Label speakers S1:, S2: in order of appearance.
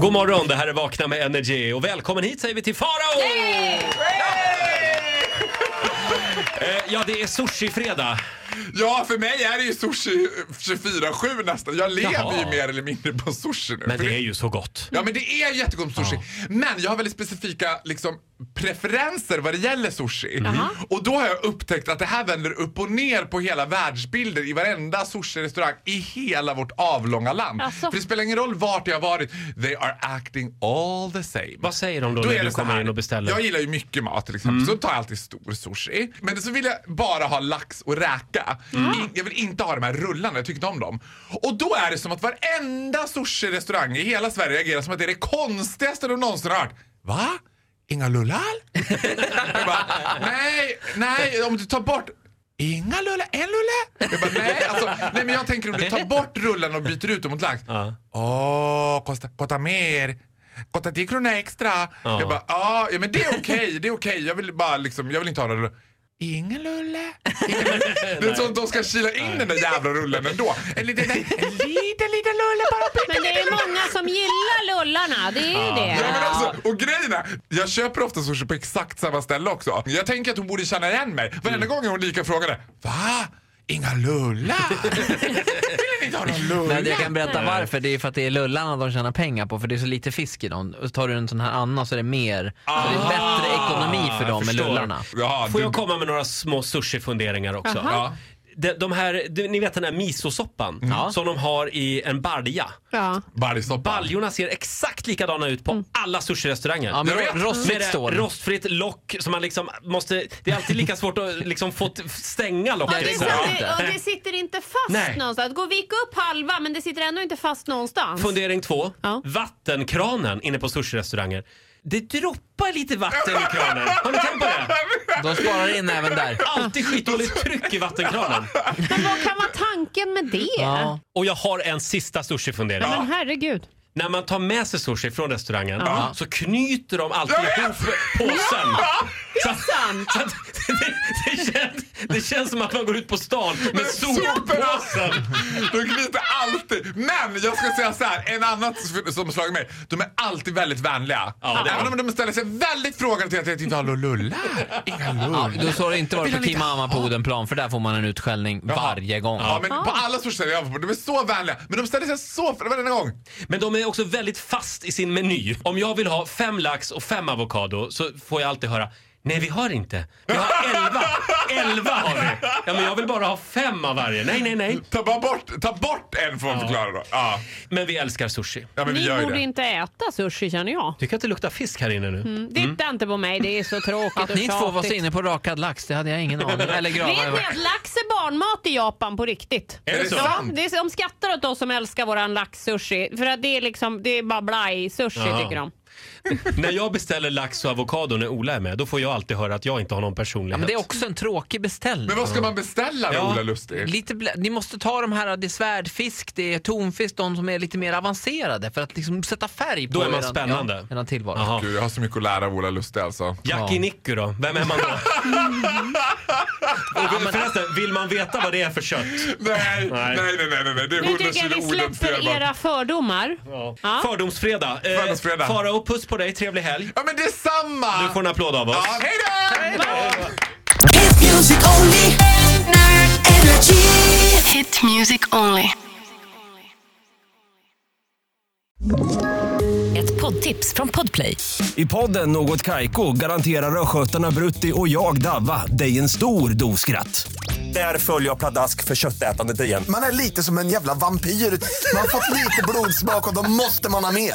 S1: God morgon, det här är Vakna med Energy och välkommen hit säger vi till Farao! Eh, Ja, det är sushi-fredag.
S2: Ja, för mig är det ju sushi 24-7 nästan. Jag lever
S1: Jaha.
S2: ju mer eller mindre på sushi nu.
S1: Men
S2: För
S1: det är ju så gott.
S2: Ja, men det är jättegott med sushi. Men jag har väldigt specifika liksom, preferenser vad det gäller sushi.
S1: Mhm.
S2: Och då har jag upptäckt att det här vänder upp och ner på hela världsbilder i varenda sushi-restaurang i hela vårt avlånga land.
S3: Alltså.
S2: För det spelar ingen roll vart jag har varit, they are acting all the same.
S1: Vad säger de då, när
S2: är
S1: du
S2: så
S1: kommer
S2: här.
S1: in och beställer? Mm.
S2: Jag gillar ju mycket mat till exempel, så tar jag alltid stor sushi. Men så vill jag bara ha lax och räka.
S1: Mm.
S2: In, jag vill inte ha de här rullarna, jag tycker inte om dem. Och då är det som att varenda sushi-restaurang i hela Sverige reagerar som att det är det konstigaste de någonsin har hört. Va? Inga lullar? jag bara, nej, nej, om du tar bort Inga lullar, en lulle? Jag bara, nej, alltså, nej, men jag tänker om du tar bort rullen och byter ut dem mot lax. Åh,
S1: Ja.
S2: kosta, kosta mer. Kosta 10 kronor extra. Jag bara, ja, ja, men det är okej, det är okej. Jag vill bara liksom, jag vill inte ha några rullar. Ingen lulle. Ingen lulle. Det är som att de ska kila in den där jävla rullen ändå. En liten, en liten, liten lulle bara.
S3: Men det är många som gillar lullarna, det är ju det.
S2: Ja, men alltså, och grejen är, jag köper ofta sushi på exakt samma ställe också. Jag tänker att hon borde känna igen mig.
S4: Mm.
S2: Varenda gång är hon lika frågade. Va? Inga lullar? Vill ni inte ha någon lulla?
S4: Men jag kan berätta varför. Det är för att det är lullarna de tjänar pengar på för det är så lite fisk i dem. Och tar du en sån här annan så är det mer. Så det är bättre ekonomi för
S1: Ah, jag
S4: dem med
S1: förstår.
S4: lullarna.
S2: Jaha,
S1: Får
S2: du-
S1: jag komma med några små sushi-funderingar också?
S3: Jaha.
S2: Ja.
S1: De, de här, du- ni vet den här misosoppan
S4: Ja.
S1: som de har i en balja.
S3: Ja.
S2: Baljsoppa.
S1: Baljorna ser exakt likadana ut på alla sushi-restauranger.
S4: Ja, men
S2: Jag vet.
S1: Med
S4: rostfritt
S1: det
S4: står
S1: här
S4: det.
S1: rostfritt lock som man liksom måste... Det är alltid lika svårt att liksom få t- stänga
S3: Ja,
S1: locket.
S3: det är
S1: liksom.
S3: sant.
S4: går inte.
S3: Det, och det sitter inte fast
S1: Nej.
S3: någonstans. Gå och vika upp halva men det sitter ändå inte fast någonstans.
S1: Fundering två.
S3: Ja.
S1: Vattenkranen inne på sushi-restauranger. Det droppar lite vatten i kranen. Har ni tänkt på det?
S4: De sparar in även där.
S1: Alltid skitdåligt tryck i vattenkranen.
S3: Men vad kan vara tanken med det?
S4: Ja.
S1: Och jag har en sista sushi-fundering.
S3: Men herregud.
S1: När man tar med sig sushi från restaurangen
S3: Ja.
S1: så knyter de alltid
S2: Jag vet!
S1: ihop påsen. Så,
S3: sant.
S1: så att det, det, känns, det känns som att man går ut på stan med
S2: Men soporna!
S1: soppåsen.
S2: De knyter alltid. Men jag ska säga så här, en annan som slagit mig. De är alltid väldigt vänliga.
S1: Ja, det är
S2: Även om de ställer sig väldigt frågande till att jag inte har någon lulla. Inga
S4: Ja,
S2: lullar.
S4: då så har det inte varit på Kim Hammar på Odenplan för där får man en utskällning
S2: Jaha.
S4: varje gång.
S2: Ja, men på alla sushi jag var på, de är så vänliga. Men de ställer sig så för varenda gång.
S1: Men de är också väldigt fast i sin meny. Om jag vill ha fem lax och fem avokado så får jag alltid höra Nej vi har inte. Vi har elva. Elva har vi. Ja men jag vill bara ha fem av varje. Nej nej nej.
S2: Ta, bara bort, ta bort en får man förklara då. Ja.
S1: Men vi älskar sushi.
S2: Ja, men vi
S3: Ni
S2: gör ju
S3: borde
S2: det.
S3: inte äta sushi känner jag. Mm.
S1: Tycker att det luktar fisk här inne nu.
S4: Mm.
S3: Titta inte på mig, det är så tråkigt
S4: Att ni
S3: och
S4: två var så
S3: tjatigt.
S4: inne på rakad lax, det hade jag ingen aning om. Eller
S3: Vet
S4: gravad.
S3: ni att lax är barnmat i Japan på riktigt?
S1: Är det så?
S3: Ja, det är, de skrattar åt oss som älskar våran laxsushi. För att det är liksom, det är bara blaj-sushi
S1: Jaha.
S3: tycker de.
S1: När jag beställer lax och avokado när Ola är med då får jag alltid höra att jag inte har någon personlighet.
S4: Ja, men det är också en tråkig beställning.
S2: Men vad ska man beställa då,
S1: Ja.
S2: Ola Lustig?
S4: Lite, blä- ni måste ta de här, det är svärdfisk, det är tonfisk, de som är lite mer avancerade för att liksom sätta färg på
S1: Då är man
S4: eran-
S1: spännande.
S4: Ja, eran tillvaro.
S1: Jaha.
S2: Gud, jag har så mycket att lära av Ola Lustig alltså.
S1: Jackie
S4: Ja.
S1: Nicku då? Vem är man då? Och förresten, vill man veta vad det är för kött?
S2: Nej, nej,
S1: Nej.
S2: nej, nej, nej, nej. det är
S3: Nu
S2: 100
S3: tycker jag vi
S2: kilo orden
S3: släpper
S2: fel.
S3: era fördomar. Ja.
S1: Fördomsfredag. Eh,
S2: Fördomsfredag.
S1: Farao, puss på dig. Trevlig helg.
S2: Ja men detsamma!
S1: Du får en applåd av oss.
S2: Ja, hej då!
S5: Hit music only. Energy.
S6: Hit music only.
S7: Ett poddtips från Podplay.
S8: I podden Något Kaiko garanterar östgötarna Brutti och jag, Davva, dig en stor dos skratt. Där följer jag pladask för köttätandet igen.
S9: Man är lite som en jävla vampyr. Man har fått lite blodsmak och då måste man ha mer.